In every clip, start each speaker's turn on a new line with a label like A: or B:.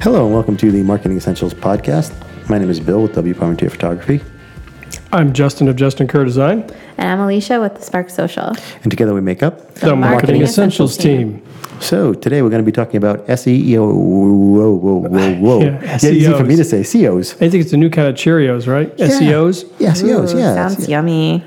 A: Hello and welcome to the Marketing Essentials podcast. My name is Bill with W Parmentier Photography,
B: I'm Justin of Justin Kerr Design,
C: And I'm Alicia with the Spark Social.
A: and together we make up.
B: the, Marketing, Essentials, team.
A: So today we're going to be talking about SEO. Whoa, whoa, whoa, whoa!
B: Yeah, E
A: it's easy for me to
B: SEOs.
A: say COs.
B: I think it's a new kind of Cheerios, right? E SEOs.
A: Yeah, COs.
C: Ooh,
A: Yeah,
C: sounds
A: it's,
C: yummy.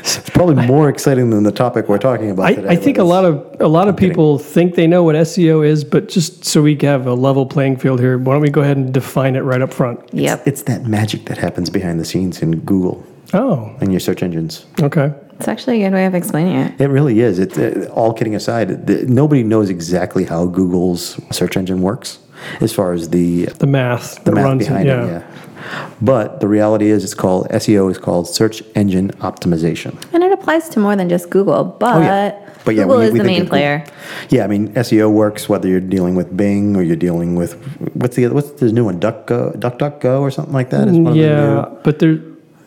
A: it's probably more exciting than the topic we're talking about
B: I,
A: today.
B: I think
A: but
B: a
A: it's-
B: lot of a lot of people think they know what SEO is, but just so we have a level playing field here, why don't we go ahead and define it right up front?
C: Yep.
A: It's that magic that happens behind the scenes in Google
B: Oh,
A: and your search engines.
B: okay.
C: It's actually a good way of explaining it.
A: It really is. It's uh, all kidding aside. The, nobody knows exactly how Google's search engine works, as far as the
B: The math
A: the
B: that
A: math
B: runs
A: behind it. Yeah. But the reality is, it's called SEO is called search engine optimization.
C: And it applies to more than just Google,
B: Oh,
C: but,
A: But Oh, yeah,
C: Google
A: we-
C: is
A: we
C: the
A: think
C: main
A: of Google.
C: player.
A: Yeah, I mean SEO works whether you're dealing with Bing or you're dealing with what's the other, what's the new one Duck DuckDuckGo or something like that. Is one of the
B: yeah,
A: new-
B: but there,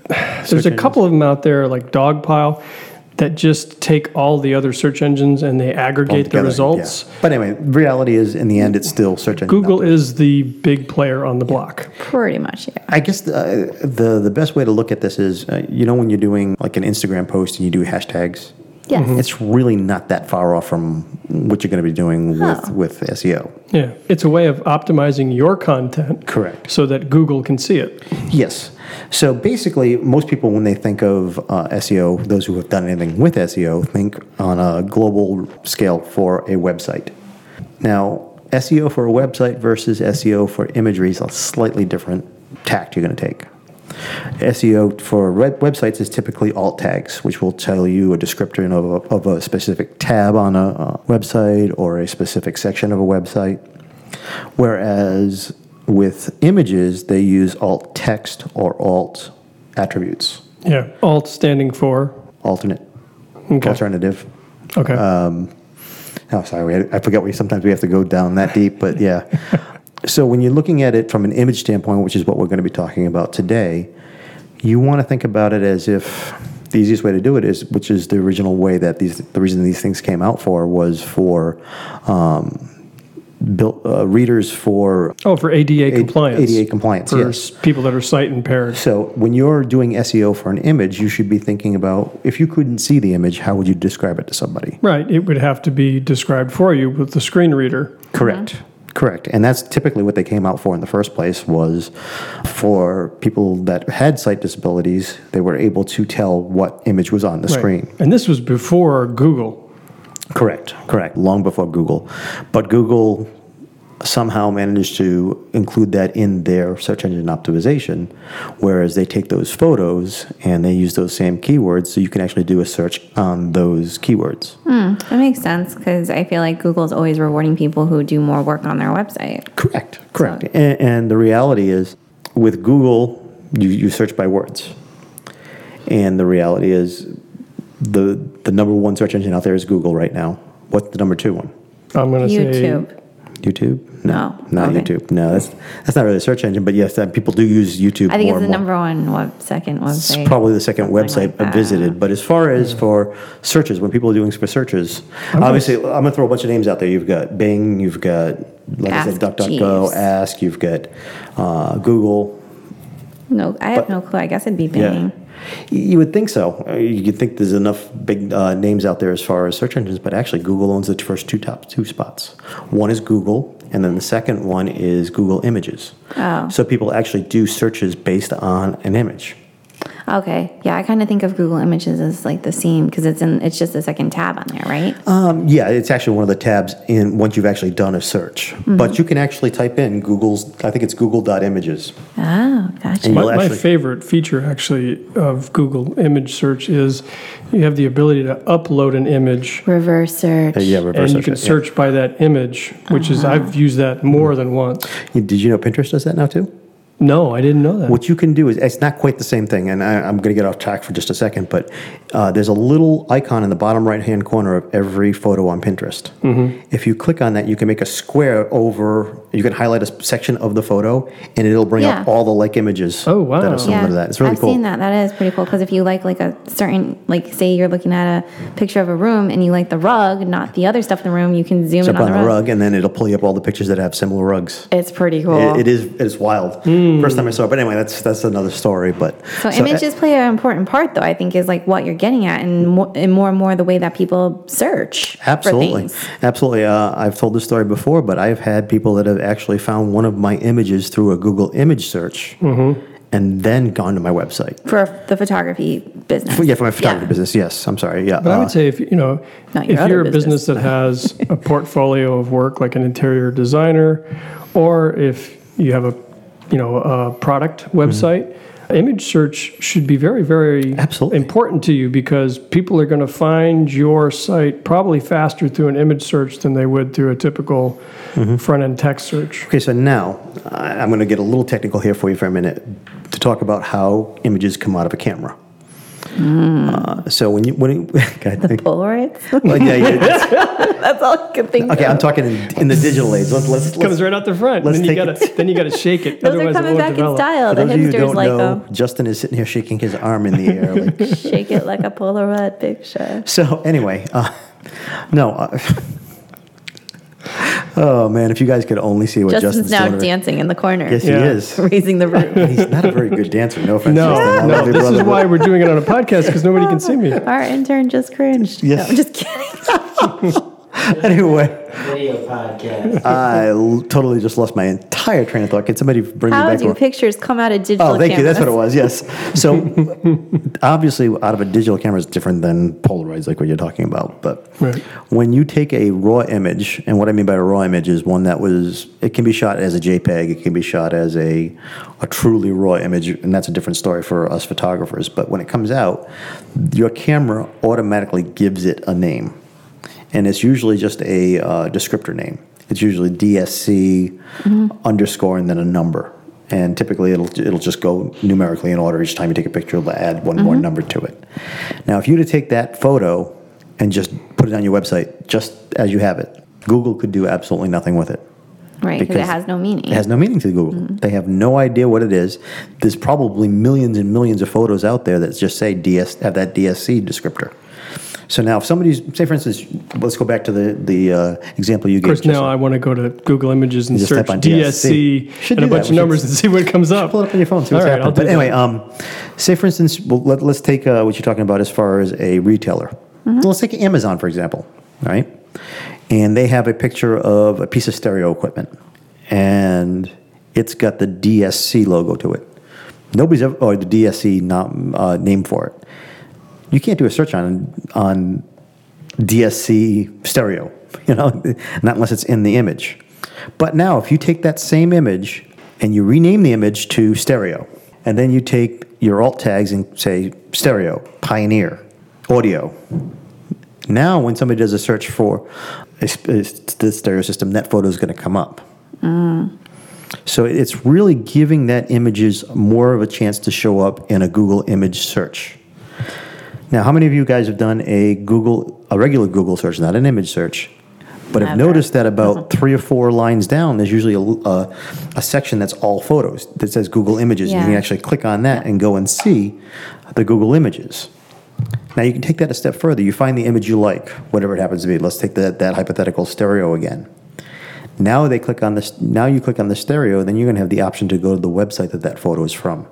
B: there's a couple of them out there like Dogpile that just take all the other search engines and they aggregate the
A: together,
B: results.
A: yeah. But anyway, reality is in the end, it's still search engine.
B: Google is the big player on the block.
C: Pretty much, yeah.
A: I guess the, the the best way to look at this is, uh, you know, when you're doing like an Instagram post and you do hashtags,
C: Yes.
B: Mm-hmm.
A: it's really not that far off from what you're going to be doing
C: Oh.
A: with E with SEO.
B: Yeah, it's a way of optimizing your content
A: Correct.
B: so that Google can see it.
A: Yes. So basically, most people, when they think of uh, SEO, those who have done anything with SEO, think on a global scale for a website. Now, SEO for a website versus SEO for imagery is a slightly different tact you're going to take. SEO E for web- websites is typically alt tags, which will tell you a description of a, of a specific tab on a uh, website or a specific section of a website. Whereas with images, they use alt text or alt attributes,
B: Yeah, alt standing for.
A: alternate,
B: Okay.
A: alternative.
B: Okay.
A: Uh, Oh, sorry, I, I forget we sometimes we have to go down that deep, but yeah. so when you're looking at it from an image standpoint, which is what we're going to be talking about today, you want to think about it as if the easiest way to do it is, which is the original way that these, the reason these things came out for was for um, built, uh, readers for
B: oh, for ADA compliance.
A: ADA compliance.
B: for
A: yes.
B: s- people that are sight impaired.
A: So when you're doing SEO for an image, you should be thinking about if you couldn't see the image, how would you describe it to somebody?
B: Right, it would have to be described for you with the screen reader.
A: Correct. Uh-huh. Correct. And that's typically what they came out for in the first place was for people that had sight disabilities, they were able to tell what image was on the
B: Right.
A: screen.
B: And this was before Google.
A: Correct, correct. Long before Google. But Google somehow managed to include that in their search engine optimization, whereas they take those photos and they use those same keywords so you can actually do a search on those keywords.
C: Hmm. That makes sense because I feel like Google's always rewarding people who do more work on their website.
A: Correct, correct. And, and the reality is with Google, you, you search by words. And the reality is the, the number one search engine out there is Google right now. What's the number two one?
B: I'm going to say
C: YouTube.
A: YouTube?
C: No.
A: not
C: Okay.
A: YouTube. No, that's that's not really a search engine, but yes, uh, people do use YouTube.
C: I think
A: more
C: it's the
A: and more.
C: number one web, second website.
A: It's probably the second
C: something
A: website
C: like that.
A: visited. But as far as for searches, when people are doing for searches, obviously I'm gonna throw a bunch of names out there. You've got Bing, you've got like I said,
C: Ask
A: DuckDuckGo,
C: Jeeves.
A: Ask, you've got uh, Google.
C: No, I have no clue. I guess it'd be Bing.
A: Y- You would think so. Uh, You would think there's enough big uh, names out there as far as search engines, but actually Google owns the first two top two spots. One is Google, and then the second one is Google Images.
C: Oh.
A: So people actually do searches based on an image.
C: Okay. Yeah, I kind of think of Google Images as like the same because it's in it's just the second tab on there, right?
A: Um, yeah, it's actually one of the tabs in once you've actually done a search.
C: Mm-hmm.
A: But you can actually type in Google's, I think it's google.images.
C: oh, gotcha.
A: Well,
B: My, my
A: actually-
B: favorite feature actually of Google image search is you have the ability to upload an image
C: Reverse search.
A: Uh, yeah,
B: and
A: reverse
B: you can
A: search. it,
B: search by that image, which is I've used that more than once.
A: yeah. Did you know Pinterest does that now too?
B: No, I didn't know that.
A: What you can do is, it's not quite the same thing, and I, I'm going to get off track for just a second, but uh, there's a little icon in the bottom right hand corner of every photo on Pinterest.
C: Mm-hmm.
A: If you click on that, you can make a square over, you can highlight a s- section of the photo, and it'll bring up
C: Yeah.
A: all the like images
B: Oh, wow.
A: that are similar to that. It's really
C: I've
A: cool.
C: seen that. That is pretty cool because if you like like a certain like say you're looking at a picture of a room and you like the rug, not the other stuff in the room, you can zoom in
A: Jump
C: on the rug.
A: and then it'll pull you up all the pictures that have similar rugs.
C: It's pretty cool.
A: It, it is it is wild. First time I saw it, but anyway, that's that's another story. But
C: Hmm.
A: eh,
C: So, images
A: uh,
C: play an important part, though. I think is like what you're getting at, and more and more, and more the way that people search. For
A: Absolutely,
C: things.
A: absolutely. Uh, I've told this story before, but I've had people that have actually found one of my images through a Google image search,
C: Mm-hmm.
A: and then gone to my website.
C: for the photography business.
A: But yeah, for my photography
C: Yeah.
A: business. Yes, I'm sorry. Yeah,
B: But I
A: uh,
B: would say if you know
C: Not your
B: if
C: other
B: you're a
C: business.
B: business that has a portfolio of work like an interior designer, or if you have a you know a product
A: Hmm.
B: website, image search should be very very
A: Absolutely.
B: important to you because people are going to find your site probably faster through an image search than they would through a typical
A: Mm-hmm.
B: front end text search.
A: okay. So now I, I'm going to get a little technical here for you for a minute to talk about how images come out of a camera.
C: Hmm.
A: Uh, so when you when you, God, thank-
C: Polaroids.
A: Well, yeah, yeah, that's-
C: That's all I could think.
A: okay,
C: of.
A: I'm talking in, in the digital age. Let's let's, let's
B: Comes right out the front.
A: let's
B: Then you
A: take
B: gotta then you gotta shake it.
C: Those are
B: Otherwise, it
C: coming
B: won't
C: back
B: develop.
C: in style.
A: For
C: The
A: those of you who
C: hipsters
A: don't
C: like
A: know,
C: them.
A: Justin is sitting here shaking his arm in the air. Like,
C: Shake it like a Polaroid picture.
A: so anyway, uh, no. Uh, oh man, if you guys could only see what
C: Justin's
A: Justin's,
C: now
A: doing.
C: dancing in the corner,
A: Yes,
B: Yeah.
A: he is.
C: raising the roof.
A: He's not a very good dancer. No offense. Justin. I
B: No,
A: love
B: no,
A: you,
B: this
A: brother,
B: is
A: but-
B: why we're doing it on a podcast because nobody can see me.
C: Our intern just cringed. No,
A: Yes.
C: I'm just kidding.
A: Anyway,
D: Video podcast.
A: I l- totally just lost my entire train of thought. Can somebody bring me
C: How
A: back?
C: do
A: to
C: pictures come out of digital?
A: Oh, thank you. That's what it
C: cameras?
A: was. Yes. So obviously, out of a digital camera is different than Polaroids, like what you're talking about. But
B: Right.
A: when you take a raw image, and what I mean by a raw image is one that was, it can be shot as a JPEG, it can be shot as a a truly raw image, and that's a different story for us photographers. But when it comes out, your camera automatically gives it a name and it's usually just a uh, descriptor name. It's usually DSC underscore and then a number, and typically it'll it'll just go numerically in order each time you take a picture. It'll add one more number to it. Now, if you were to take that photo and just put it on your website just as you have it, Google could do absolutely nothing with it.
C: Right, because it
A: Because
C: has no meaning.
A: It has no meaning to Google. They have no idea what it is. There's probably millions and millions of photos out there that just say DS have that DSC descriptor. So now, if somebody's say, for instance, let's go back to the the uh, example you
B: Of course,
A: gave.
B: now I want to go to Google Images and
A: just type
B: search
A: on
B: DSC,
A: DSC. Should
B: and a
A: do that.
B: bunch
A: We
B: of
A: should
B: numbers and see what comes up.
A: pull it up on your phone. See what's
B: All right, I'll
A: happening.
B: do
A: But
B: that.
A: anyway, um, say for instance, well, let, let's take uh, what you're talking about as far as a retailer. So let's take Amazon for example, all right? And they have a picture of a piece of stereo equipment, and it's got the DSC logo to it. Nobody's ever, or the DSC not, uh, name for it. You can't do a search on on DSC stereo, you know, not unless it's in the image. But now, if you take that same image and you rename the image to stereo, and then you take your alt tags and say stereo, pioneer, audio. Now, when somebody does a search for a, sp- a s- the stereo system, that photo is going to come up. So it's really giving that images more of a chance to show up in a Google image search. Now, how many of you guys have done a Google, a regular Google search, not an image search, but have
C: Never.
A: noticed that about three or four lines down, there's usually a, l- a- a section that's all photos that says Google Images, and you
C: Yeah.
A: can actually click on that and go and see the Google Images. Now you can take that a step further. You find the image you like, whatever it happens to be. Let's take that, that hypothetical stereo again. Now they click on this. Now you click on the stereo, then you're going to have the option to go to the website that that photo is from.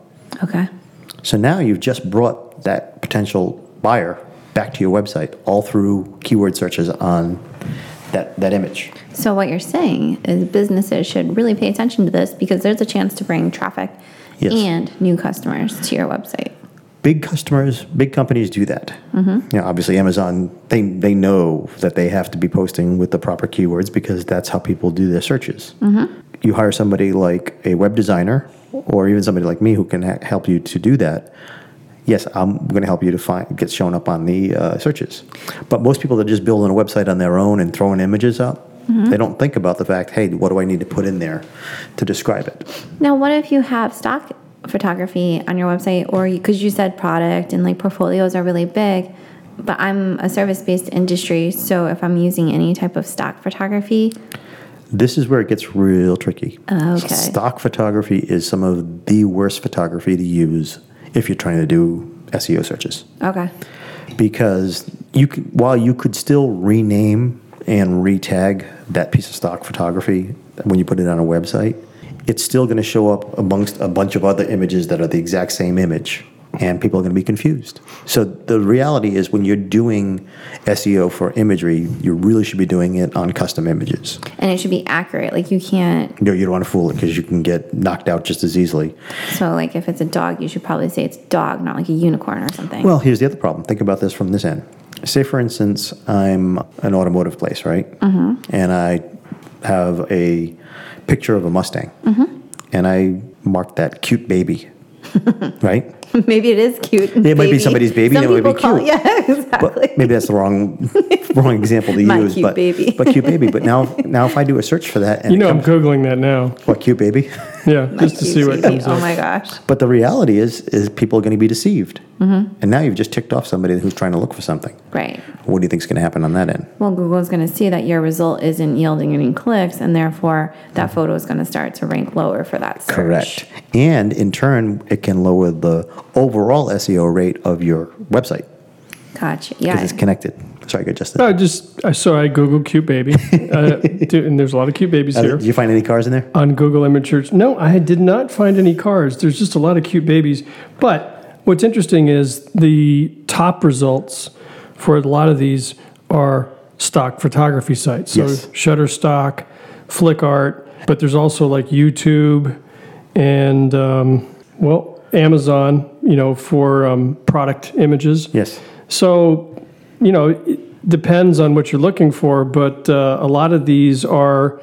C: Okay.
A: So now you've just brought that potential buyer back to your website all through keyword searches on that that image.
C: So what you're saying is businesses should really pay attention to this because there's a chance to bring traffic
A: Yes.
C: and new customers to your website.
A: big customers, big companies do that. You know, obviously, Amazon they they know that they have to be posting with the proper keywords because that's how people do their searches. You hire somebody like a web designer, or even somebody like me who can ha- help you to do that. Yes, I'm going to help you to find get shown up on the uh, searches. But most people that are just building a website on their own and throwing images up, they don't think about the fact, hey, what do I need to put in there to describe it?
C: Now, what if you have stock photography on your website, or because you, said product and like portfolios are really big, but I'm a service based industry, so if I'm using any type of stock photography,
A: This is where it gets real tricky.
C: Okay.
A: Stock photography is some of the worst photography to use if you're trying to do SEO searches
C: okay,
A: because you can, while you could still rename and retag that piece of stock photography when you put it on a website, it's still going to show up amongst a bunch of other images that are the exact same image, and people are going to be confused. So the reality is, when you're doing SEO for imagery, you really should be doing it on custom images.
C: and it should be accurate. Like you can't.
A: No, you don't want to fool it because you can get knocked out just as easily.
C: So like if it's a dog, you should probably say it's dog, not like a unicorn or something.
A: Well, here's the other problem. Think about this from this end. Say, for instance, I'm an automotive place, right?
C: Mm-hmm.
A: And I have a picture of a Mustang,
C: Mm-hmm.
A: and I mark that cute baby, right?
C: maybe it is cute. It
A: might be somebody's baby,
C: Some
A: and it might be
C: people call-
A: cute.
C: Yeah, exactly.
A: But maybe that's the wrong wrong example to
C: My
A: use.
C: cute
A: but
C: baby.
A: but cute baby. But now now if I do a search for that, and
B: You know,
A: it
B: I'm
A: comes,
B: googling that now.
A: what cute baby?
B: Yeah,
C: My
B: just to
C: cute
B: see what
C: baby.
B: comes
C: Oh
B: up.
C: my gosh.
A: But the reality is, is people are going to be deceived,
C: Mm-hmm.
A: and now you've just ticked off somebody who's trying to look for something.
C: Right.
A: What do you think is going to happen on that end?
C: Well, Google's going to see that your result isn't yielding any clicks, and therefore that photo is going to start to rank lower for that search.
A: Correct. And in turn, it can lower the overall SEO rate of your website
C: Gotcha.
A: because
C: Yeah.
A: it's connected. Sorry, good, Justin.
B: I just I saw I Google cute baby, uh, do- and there's a lot of cute babies
A: Uh,
B: here
A: Did you find any cars in there?
B: on Google Image Search. No, I did not find any cars. There's just a lot of cute babies. But what's interesting is the top results for a lot of these are stock photography sites. So
A: Yes.
B: Shutterstock, Flickart, but there's also like YouTube and um, well Amazon, you know, for um, product images.
A: Yes.
B: So, you know, it depends on what you're looking for, but uh, a lot of these are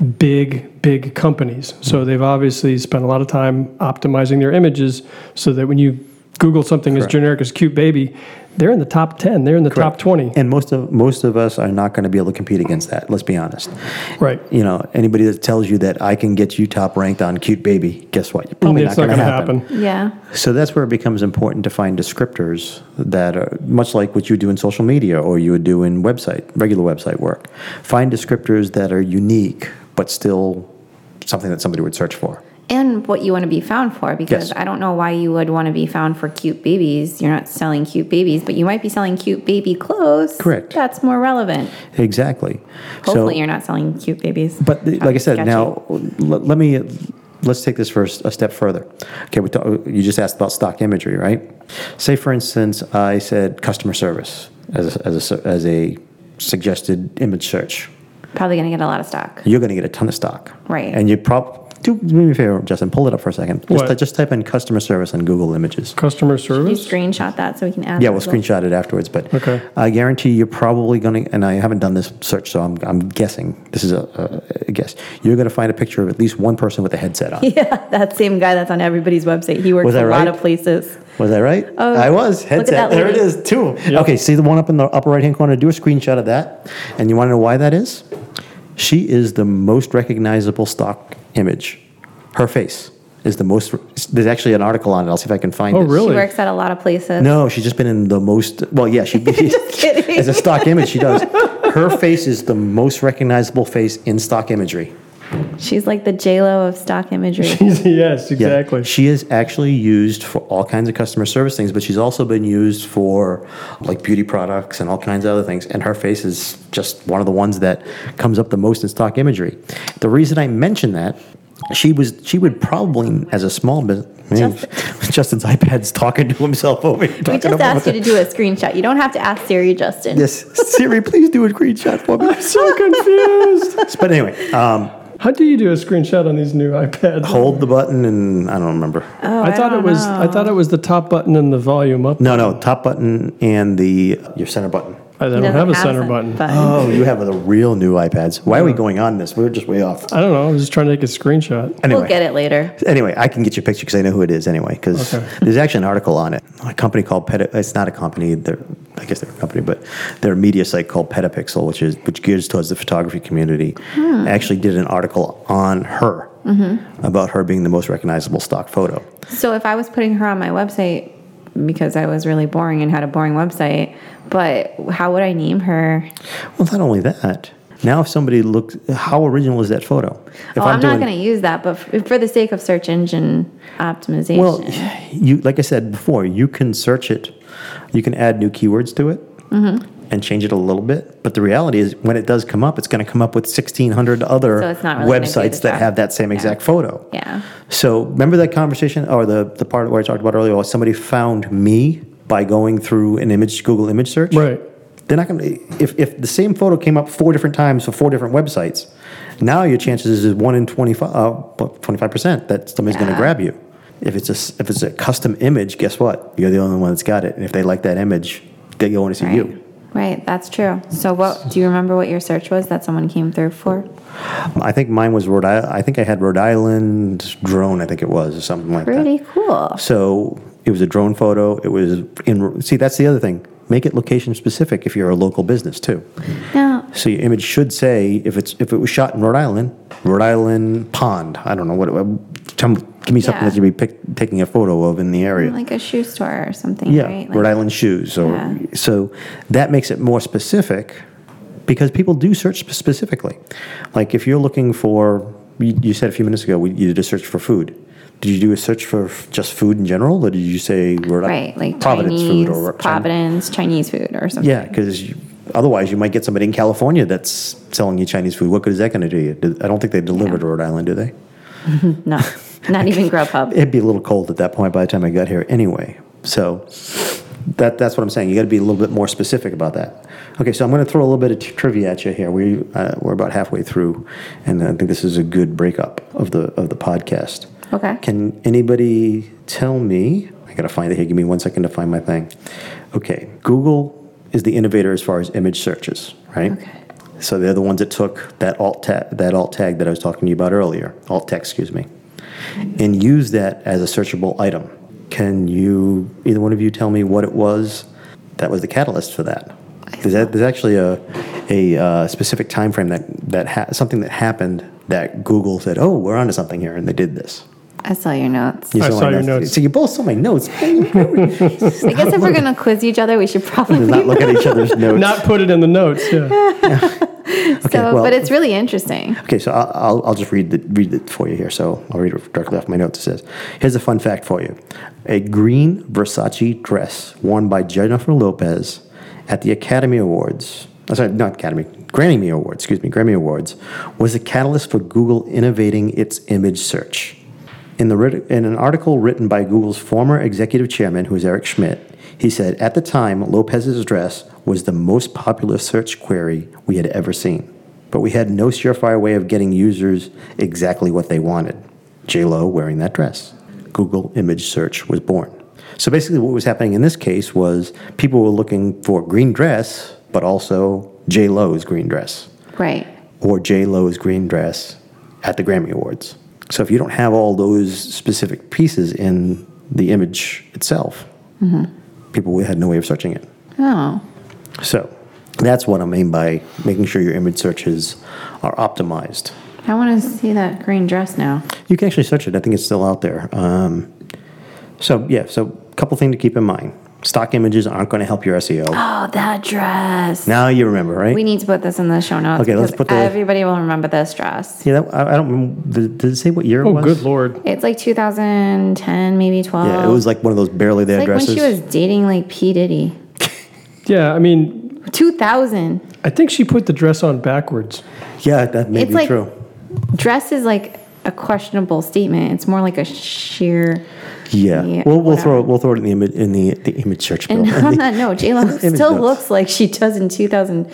B: big, big companies.
A: Mm-hmm.
B: So they've obviously spent a lot of time optimizing their images so that when you Google something as generic as cute baby, they're in the top 10, they're in the top 20.
A: And most of most of us are not going to be able to compete against that. Let's be honest.
B: Right.
A: You know, anybody that tells you that I can get you top ranked on cute baby, guess what? You're probably
B: It's
A: not
B: not going
A: going to
B: to
A: happen.
B: happen.
C: Yeah.
A: So that's where it becomes important to find descriptors that are much like what you do in social media or you would do in website, regular website work. Find descriptors that are unique but still something that somebody would search for.
C: And what you want to be found for, because
A: Yes.
C: I don't know why you would want to be found for cute babies. You're not selling cute babies, but you might be selling cute baby clothes.
A: Correct.
C: That's more relevant.
A: Exactly.
C: Hopefully,
A: so,
C: you're not selling cute babies.
A: But the,
C: That
A: like I
C: was
A: said,
C: sketchy.
A: now l- let me let's take this first a step further. Okay, we talk, you just asked about stock imagery, right? Say, for instance, I said customer service as a, as a, su- as a suggested image search.
C: probably going to get a lot of stock.
A: You're going to get a ton of stock,
C: Right.
A: And you prob do do me a favor, Justin, pull it up for a second. Just,
B: What?
A: ty- just type in customer service on Google Images.
B: Customer
C: You
B: service?
C: screenshot that so we can add.
A: Yeah,
C: the
A: we'll
C: results.
A: screenshot it afterwards. But
B: Okay.
A: I guarantee you're probably going to, and I haven't done this search, so I'm, I'm guessing this is a, a, a guess. You're going to find a picture of at least one person with a headset on.
C: Yeah, that same guy that's on everybody's website. He works
A: Was that
C: a lot
A: right?
C: of places.
A: Was that right?
C: Oh,
A: I was.
C: look at
A: Headset.
C: that
A: There it
C: lady.
A: is, two. Okay, see the one up in the upper right hand corner? Do a screenshot of that. And you want to know why that is? She is the most recognizable stock image. Her face is the most. There's actually an article on it. I'll see if I can find
B: Oh,
A: it.
B: really?
C: He works at a lot of places.
A: No, she's just been in the most. Well, yeah, she.
C: Just kidding.
A: As a stock image, she does. Her face is the most recognizable face in stock imagery.
C: She's like the J Lo of stock imagery.
B: yes,
A: Yeah.
B: exactly.
A: She is actually used for all kinds of customer service things, but she's also been used for like beauty products and all kinds of other things. And her face is just one of the ones that comes up the most in stock imagery. The reason I mention that, she was she would probably as a small business. Justin's iPad's talking to himself over here.
C: we
A: talking
C: just
A: about
C: asked you
A: it.
C: to do a screenshot. You don't have to ask Siri, Justin.
A: Yes, Siri, please do a screenshot for me.
B: So confused.
A: But anyway, um,
B: How do you do a screenshot on these new iPads?
A: Hold the button, and I don't remember.
C: Uh-huh. Oh,
B: I thought it was I thought it was the top button and the volume up.
A: No, no, top button and the your center button.
B: I
C: He
B: don't
C: doesn't
B: have a
C: have
B: center button.
C: sen-
A: Oh, you have the real new iPads. Why are we going on this? We're just way off.
B: I don't know. I was just trying to take a screenshot.
A: Anyway,
C: We'll get it later.
A: anyway, I can get your picture because I know who it is anyway. Because there's actually an article on it. A company called Peta. It's not a company. They're I guess they're a company, but they're a media site called Petapixel, which is which gears towards the photography community.
C: Hmm.
A: Actually, did an article on her
C: Mm-hmm.
A: about her being the most recognizable stock photo.
C: So if I was putting her on my website because I was really boring and had a boring website, but how would I name her?
A: Well, not only that. Now, if somebody looks, how original is that photo? If
C: oh, I'm, not
A: doing-
C: going to use that, but f- for the sake of search engine optimization.
A: Well, you like I said before, you can search it, you can add new keywords to it,
C: Mm-hmm.
A: and change it a little bit. But the reality is, when it does come up, it's going to come up with sixteen hundred other
C: So it's not really gonna do
A: websites
C: the
A: that
C: job.
A: have that same exact photo.
C: yeah.
A: So remember that conversation or the the part where I talked about earlier? Where somebody found me by going through an image Google image search.
B: Right.
A: They're not going to. If if the same photo came up four different times for four different websites, now your chances is, is one in twenty five percent that somebody's going
C: Yeah.
A: to grab you. If it's a s- if it's a custom image, guess what? You're the only one that's got it, and if they like that image, they go want to see
C: Right.
A: you.
C: Right, that's true. So what do you remember what your search was that someone came through for?
A: I think mine was Rhode Island. I think I had Rhode Island drone. I think it was or something like that.
C: Pretty cool.
A: So it was a drone photo. It was in. See, that's the other thing. Make it location specific if you're a local business too.
C: Now,
A: So your image should say if it's if it was shot in Rhode Island, Rhode Island pond. I don't know what. It, tell me, give me something
C: Yeah.
A: that you'd be pick, taking a photo of in the area.
C: like a shoe store or something,
A: yeah,
C: right? Like-
A: Rhode Island shoes. Or,
C: Yeah.
A: So that makes it more specific because people do search spe- specifically. Like if you're looking for, you, you said a few minutes ago, we, you did a search for food. Did you do a search for f- just food in general, or did you say Rhode
C: Right, like
A: Providence
C: Chinese,
A: food or
C: Providence, Chinese food or something.
A: yeah, because otherwise you might get somebody in California that's selling you Chinese food. What good is that going to do you? Do- I don't think they deliver to Rhode Island, do they?
C: No, not even Grubhub.
A: It'd be a little cold at that point by the time I got here anyway. So that that's what I'm saying. You got to be a little bit more specific about that. Okay, so I'm going to throw a little bit of t- trivia at you here. We uh, we're about halfway through, and I think this is a good breakup of the of the podcast.
C: Okay.
A: Can anybody tell me? I got to find it here. Give me one second to find my thing. Okay, Google is the innovator as far as image searches, right?
C: Okay.
A: So they're the ones that took that alt tag, that alt tag that I was talking to you about earlier, alt text, excuse me, and used that as a searchable item. Can you, either one of you, tell me what it was that was the catalyst for that? There's, that, there's actually a, a uh, specific time frame that, that ha- something that happened that Google said, oh, we're onto something here, and they did this.
C: I saw your notes.
A: You
B: I saw
A: my
B: your notes.
A: So you both saw my notes.
C: I guess if we're going to quiz each other, we should probably.
A: Not look at each other's notes.
B: Not put it in the notes. Yeah.
C: so,
A: well-
C: but it's really interesting.
A: Okay, so I'll, I'll, I'll just read the read it for you here. So I'll read it directly off my notes. It says, "Here's a fun fact for you: a green Versace dress worn by Jennifer Lopez at the Academy Awards. I'm sorry, not Academy, Grammy Awards. Excuse me, Grammy Awards was the catalyst for Google innovating its image search. In the writ- in an article written by Google's former executive chairman, who is Eric Schmidt." He said, at the time, Lopez's dress was the most popular search query we had ever seen but we had no surefire way of getting users exactly what they wanted. J-Lo wearing that dress. Google image search was born. So basically, what was happening in this case was people were looking for green dress, but also J-Lo's green dress
C: Right.
A: or J Lo's green dress at the Grammy Awards. So if you don't have all those specific pieces in the image itself,
C: Mm-hmm.
A: people had no way of searching it.
C: Oh.
A: So that's what I mean by making sure your image searches are optimized.
C: I want to see that green dress now.
A: You can actually search it. I think it's still out there. Um, so yeah, so a couple things to keep in mind. Stock images aren't going to help your SEO.
C: Oh, that dress.
A: Now you remember, right?
C: We need to put this in the show notes
A: Okay, let's
C: because
A: put the-
C: everybody will remember this dress.
A: yeah, that, I, I don't. Did, did it say what year it
B: Oh,
A: was?
B: good lord.
C: It's like 2010, maybe 12.
A: Yeah, it was like one of those barely there
C: It's like
A: dresses.
C: when she was dating like P Diddy.
B: Yeah. I mean,
C: 2000
B: I think she put the dress on backwards.
A: Yeah, that may
C: It's
A: be
C: like-
A: true.
C: dress is like a questionable statement. It's more like a sheer.
A: Yeah.
C: Yeah,
A: we'll we'll throw
C: whatever.
A: it we'll throw it in the image in the, the image search
C: And
A: field. And
C: on
A: the-
C: that note, J Lo
A: Image
C: still
A: notes.
C: looks like she does in 2000,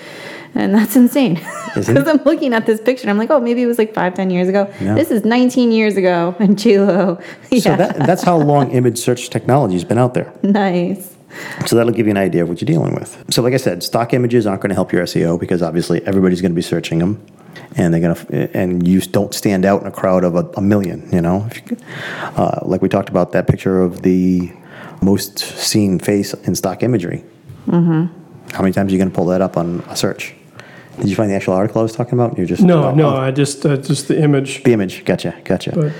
C: and that's insane. Because I'm looking at this picture, and I'm like, oh, maybe it was like five, ten years ago.
A: No.
C: This is 19 years ago, and J Lo, yeah,
A: So that, that's how long image search technology has been out there.
C: nice.
A: So that'll give you an idea of what you're dealing with. So, like I said, stock images aren't going to help your SEO because obviously everybody's going to be searching them, and they're going to and you don't stand out in a crowd of a, a million. You know, If you- uh, like we talked about that picture of the most seen face in stock imagery.
C: Mm-hmm.
A: How many times are you going to pull that up on a search? Did you find the actual article I was talking about? You're just
B: No,
A: oh,
B: no,
A: oh,
B: I just uh, just the image.
A: the image. Gotcha, gotcha.
B: But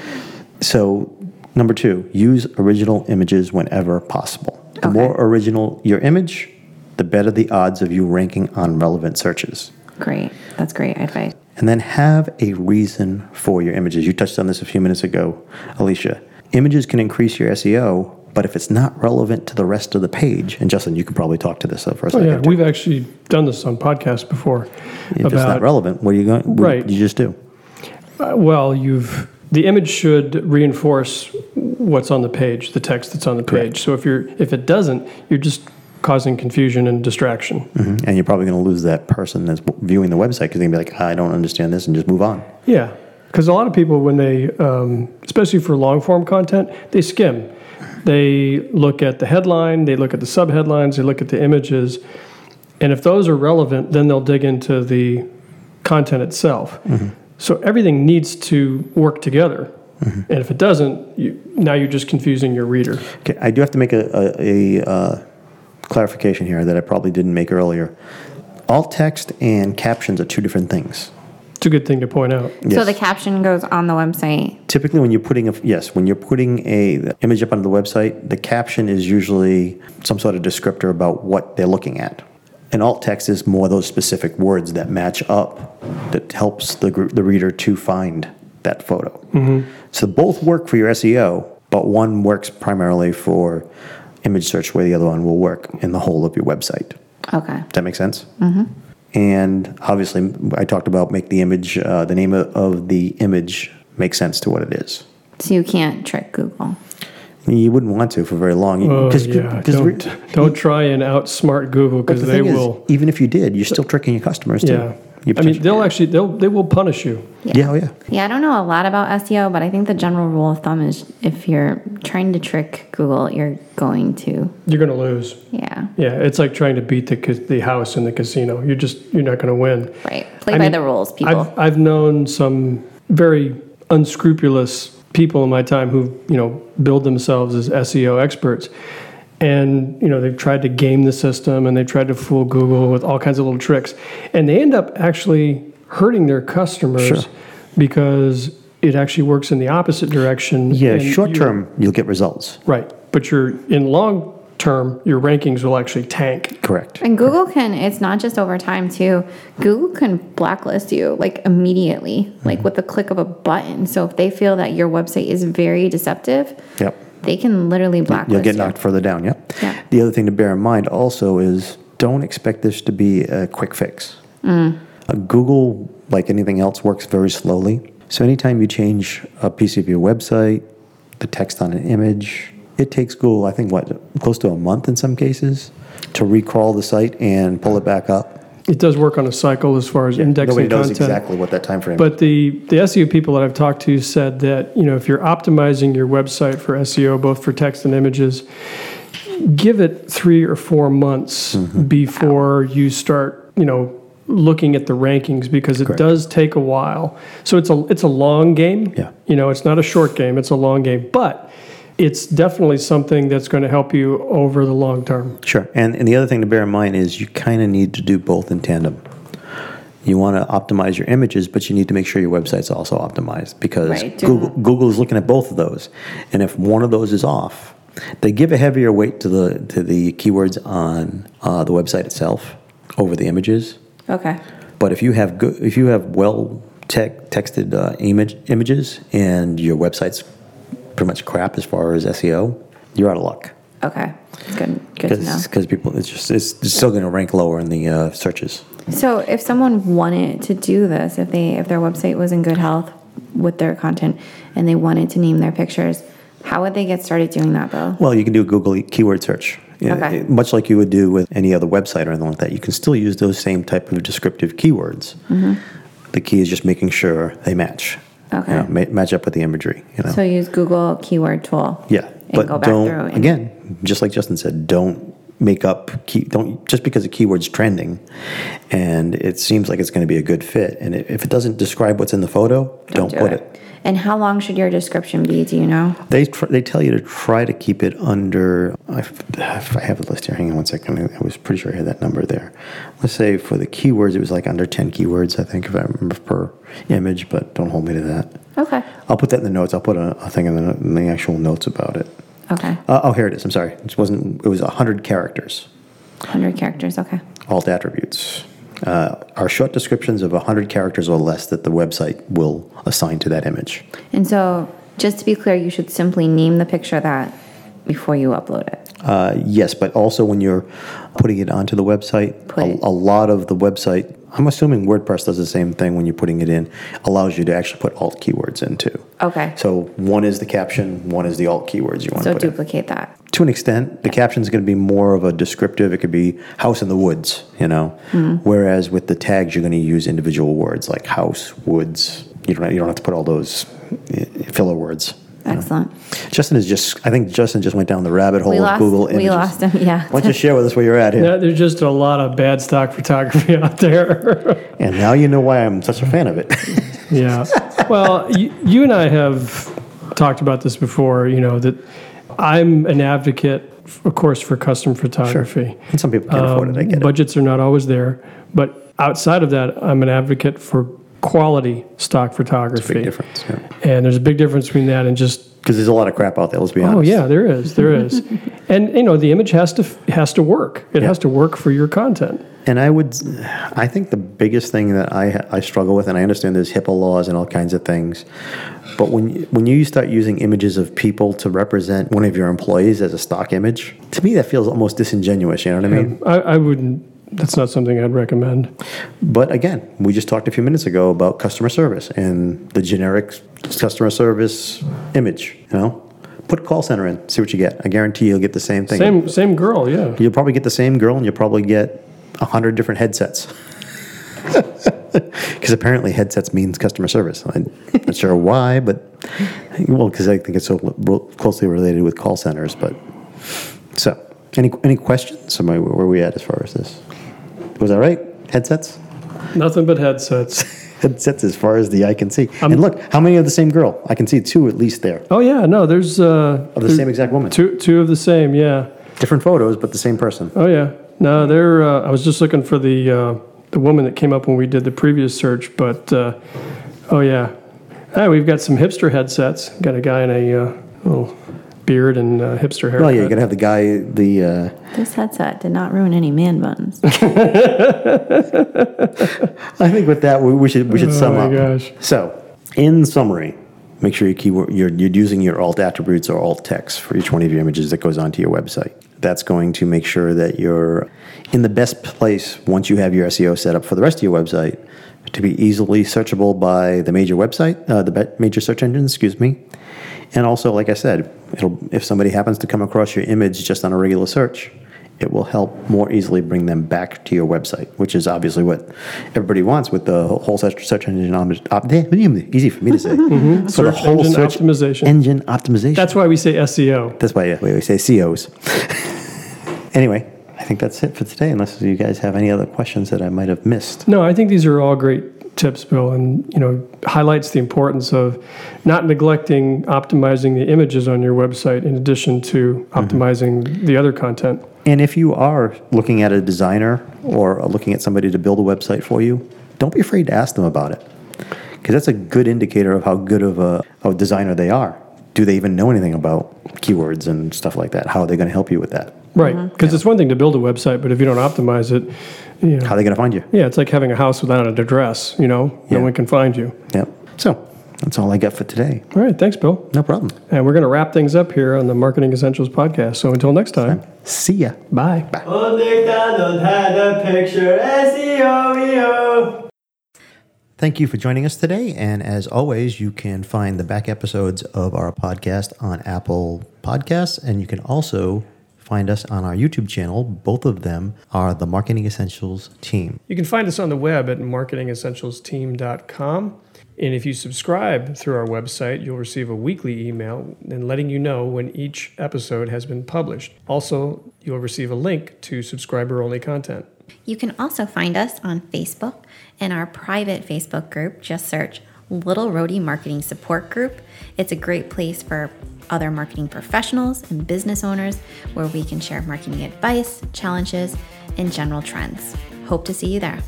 A: So, number two, use original images whenever possible. The
C: Okay.
A: more original your image, the better the odds of you ranking on relevant searches.
C: Great. That's great advice.
A: And then have a reason for your images. You touched on this a few minutes ago, Alicia. Images can increase your SEO, but if it's not relevant to the rest of the page, and Justin, you can probably talk to this uh, for a
B: oh,
A: second.
B: yeah,
A: too.
B: we've actually done this on podcasts before.
A: if it's not relevant, what are you going? What
B: Right.
A: do you just do?
B: Uh, Well, you've the image should reinforce what's on the page, the text that's on the page. So if you're if it doesn't, you're just causing confusion and distraction.
A: Mhm. And you're probably going to lose that person that's w- viewing the website because they're going to be like, I don't understand this, and just move on.
B: Yeah, because a lot of people when they, um, especially for long form content, they skim. They look at the headline, they look at the subheadlines, they look at the images, and if those are relevant, then they'll dig into the content itself.
A: Mm-hmm.
B: So everything needs to work together.
A: Mm-hmm.
B: And if it doesn't, you, now you're just confusing your reader.
A: Okay, I do have to make a, a, a uh, clarification here that I probably didn't make earlier. Alt text and captions are two different things.
B: It's a good thing to point out.
C: So
A: Yes.
C: the caption goes on the website.
A: Typically, when you're putting a yes, when you're putting a the image up onto the website, the caption is usually some sort of descriptor about what they're looking at. And alt text is more those specific words that match up that helps the group, the reader to find that photo. So both work for your SEO, but one works primarily for image search, where the other one will work in the whole of your website.
C: Okay.
A: Does that make sense? Mm-hmm. And obviously, I talked about make the image, uh, the name of, of the image make sense to what it is.
C: So you can't trick Google.
A: You wouldn't want to for very long.
B: Oh,
A: Because
B: yeah. Don't, don't try and outsmart Google because they will.
A: even if you did, you're still tricking your customers too.
B: yeah. I mean,
A: You potentially-
B: they'll actually, they'll, they will punish you.
A: yeah, oh, yeah.
C: Yeah, I don't know a lot about SEO, but I think the general rule of thumb is if you're trying to trick Google, you're going to.
B: You're going to lose.
C: Yeah.
B: Yeah, it's like trying to beat the ca- the house in the casino. You're just you're not going to win.
C: Right. Play by the rules, people.
B: I've I've known some very unscrupulous people in my time who you know build themselves as SEO experts, and you know they've tried to game the system and they've tried to fool Google with all kinds of little tricks, and they end up actually hurting their customers
A: Sure.
B: because it actually works in the opposite direction.
A: Yeah,
B: and you-
A: short term, you'll get results.
B: right? But you're in long term, your rankings will actually tank.
A: Correct.
C: and Google can, it's not just over time too. Google can blacklist you like immediately,
A: Mm-hmm.
C: like with the click of a button. So if they feel that your website is very deceptive,
A: Yep.
C: they can literally blacklist
A: You'll get
C: you.
A: knocked further down. Yep.
C: Yeah.
A: The other thing to bear in mind also is don't expect this to be a quick fix. Uh, Google, like anything else, works very slowly. So anytime you change a piece of your website, the text on an image, it takes Google, I think, what, close to a month in some cases to recrawl the site and pull it back up.
B: It does work on a cycle as far as indexing
A: Nobody knows
B: content.
A: exactly what that time frame is.
B: But the, the SEO people that I've talked to said that, you know, if you're optimizing your website for SEO, both for text and images, give it three or four months
A: Mm-hmm.
B: before you start, you know, looking at the rankings because it does take a while. So it's a it's a long game.
A: Yeah.
B: You know, it's not a short game, it's a long game. But it's definitely something that's going to help you over the long term.
A: Sure. And, and the other thing to bear in mind is you kind of need to do both in tandem. You want to optimize your images, but you need to make sure your website's also optimized because
C: Right.
A: Google, Google is looking at both of those. And if one of those is off, they give a heavier weight to the to the keywords on uh, the website itself over the images.
C: Okay.
A: But if you have good, if you have well tech, texted uh, image, images and your website's pretty much crap as far as SEO, you're out of luck
C: Okay. Good. Good to know.
A: because people it's just it's, it's still going to rank lower in the uh, searches
C: So if someone wanted to do this, if they if their website was in good health, with their content and they wanted to name their pictures, how would they get started doing that, Bill?
A: Well, you can do a Google keyword search. Yeah,
C: Okay.
A: it- Much like you would do with any other website or anything like that, you can still use those same type of descriptive keywords. The key is just making sure they match. you
C: Mm-hmm. Okay.
A: know, ma- match up with the imagery. You know.
C: So use Google keyword tool.
A: yeah,
C: and
A: but
C: go back
A: don't
C: through and-
A: again. Just like Justin said, don't make up key. Don't just because a keyword's trending, and it seems like it's going to be a good fit, and it, if it doesn't describe what's in the photo, don't,
C: do
A: put it.
C: And how long should your description be? Do you know?
A: They tr- they tell you to try to keep it under. I, if I have a list here, hang on one second. I was pretty sure I had that number there. Let's say for the keywords, it was like under ten keywords, I think, if I remember per image. But don't hold me to that.
C: Okay.
A: I'll put that in the notes. I'll put a, a thing in the, in the actual notes about it.
C: Okay.
A: Uh, oh, here it is. I'm sorry. It wasn't. It was hundred characters.
C: 100 characters. Okay.
A: Alt attributes uh, are short descriptions of hundred characters or less that the website will assign to that image.
C: And so, just to be clear, you should simply name the picture that before you upload it.
A: Uh, yes, but also when you're putting it onto the website,
C: Put
A: a,
C: it-
A: a lot of the website, I'm assuming WordPress does the same thing when you're putting it in, allows you to actually put alt keywords in too.
C: Okay. So,
A: So one is the caption, one is the alt keywords you want to put in.
C: duplicate that.
A: To an extent, the caption is going to be more of a descriptive. It could be house in the woods, you know.
C: Mm-hmm.
A: Whereas with the tags, you're going to use individual words like house, woods. You don't you don't have to put all those eh, filler words.
C: Excellent.
A: Justin is just. I think Justin just went down the rabbit hole
C: We
A: of
C: lost.
A: Google
C: we
A: images.
C: lost him. Yeah.
A: Why don't you share with us where you're at here?
B: Yeah, there's just a lot of bad stock photography out there.
A: And now you know why I'm such a fan of it.
B: yeah. Well, you, you and I have talked about this before, you know, that I'm an advocate, of course, for custom photography. Um,
A: and some people can't afford it. I get it.
B: Budgets are not always there. But outside of that, I'm an advocate for quality stock photography.
A: Big difference. Because
B: And there's a big difference between that and just
A: there's a lot of crap out there. Let's be honest.
B: Oh yeah, there is, there is, and you know the image has to has to work. It has to work for your content.
A: And I would, I think the biggest thing that I I struggle with, and I understand there's HIPAA laws and all kinds of things, but when you- when you start using images of people to represent one of your employees as a stock image, to me that feels almost disingenuous. You know what I mean?
B: I, I wouldn't. That's not something I'd recommend.
A: But again, we just talked a few minutes ago about customer service and the generic customer service image. You know, put call center in, see what you get. I guarantee you'll get the same thing.
B: Same same girl, yeah.
A: You'll probably get the same girl, and you'll probably get a hundred different headsets. Because apparently headsets means customer service. I'm not sure why, but well, because I think it's so closely related with call centers. But so, any any questions? Somebody, where are we at as far as this? Was that right? Headsets.
B: Nothing but headsets.
A: headsets as far as the eye can see.
B: Um,
A: and look, how many are the same girl? I can see two at least there
B: Oh yeah, no, there's uh,
A: of the same exact woman.
B: two two of the same, yeah.
A: Different photos, but the same person.
B: Oh yeah, no, they're. Uh, I was just looking for the uh, the woman that came up when we did the previous search, but uh, oh yeah, ah, we've got some hipster headsets. Got a guy in a uh, little beard and uh, hipster haircut.
A: Well, yeah, you're gonna have the guy. The uh,
C: This headset did not ruin any man buns.
A: I think with that we, we should we should sum
B: Oh my
A: up.
B: gosh.
A: So, in summary, make sure your keyword you're, you're using your alt attributes or alt text for each one of your images that goes onto your website. That's going to make sure that you're in the best place once you have your SEO set up for the rest of your website to be easily searchable by the major website, uh, the be- major search engines, excuse me. And also, like I said, it'll if somebody happens to come across your image just on a regular search, it will help more easily bring them back to your website, which is obviously what everybody wants with the whole search, search engine eh, optimization. Easy for me to say. For the
B: Mm-hmm. Search engine optimization.
A: engine optimization.
B: That's why we say E SEO.
A: That's why yeah, we say COs. anyway, I think that's it for today, unless you guys have any other questions that I might have missed.
B: No, I think these are all great tips, Bill, and you know highlights the importance of not neglecting optimizing the images on your website in addition to optimizing the other content.
A: And if you are looking at a designer or looking at somebody to build a website for you, don't be afraid to ask them about it. Because that's a good indicator of how good of a, of a designer they are. Do they even know anything about keywords and stuff like that? How are they going to help you with that?
B: Right, because it's one thing to build a website, but if you don't optimize it, you know,
A: How are they going to find you?
B: yeah, it's like having a house without an address. You know,
A: Yeah.
B: no one can find you.
A: Yep. So that's all I got for today.
B: All right, thanks, Bill.
A: No problem.
B: And we're going to wrap things up here on the Marketing Essentials podcast. So until next time,
A: See ya.
B: bye.
D: Old MacDonald had a picture SEO.
A: Thank you for joining us today. And as always, you can find the back episodes of our podcast on Apple Podcasts. And you can also find us on our YouTube channel. Both of them are the Marketing Essentials team.
B: You can find us on the web at marketingessentialsteam.com. And if you subscribe through our website, you'll receive a weekly email and letting you know when each episode has been published. Also, you'll receive a link to subscriber only content.
C: You can also find us on Facebook in our private Facebook group. Just search Little Roadie Marketing Support Group. It's a great place for other marketing professionals and business owners where we can share marketing advice, challenges, and general trends. Hope to see you there.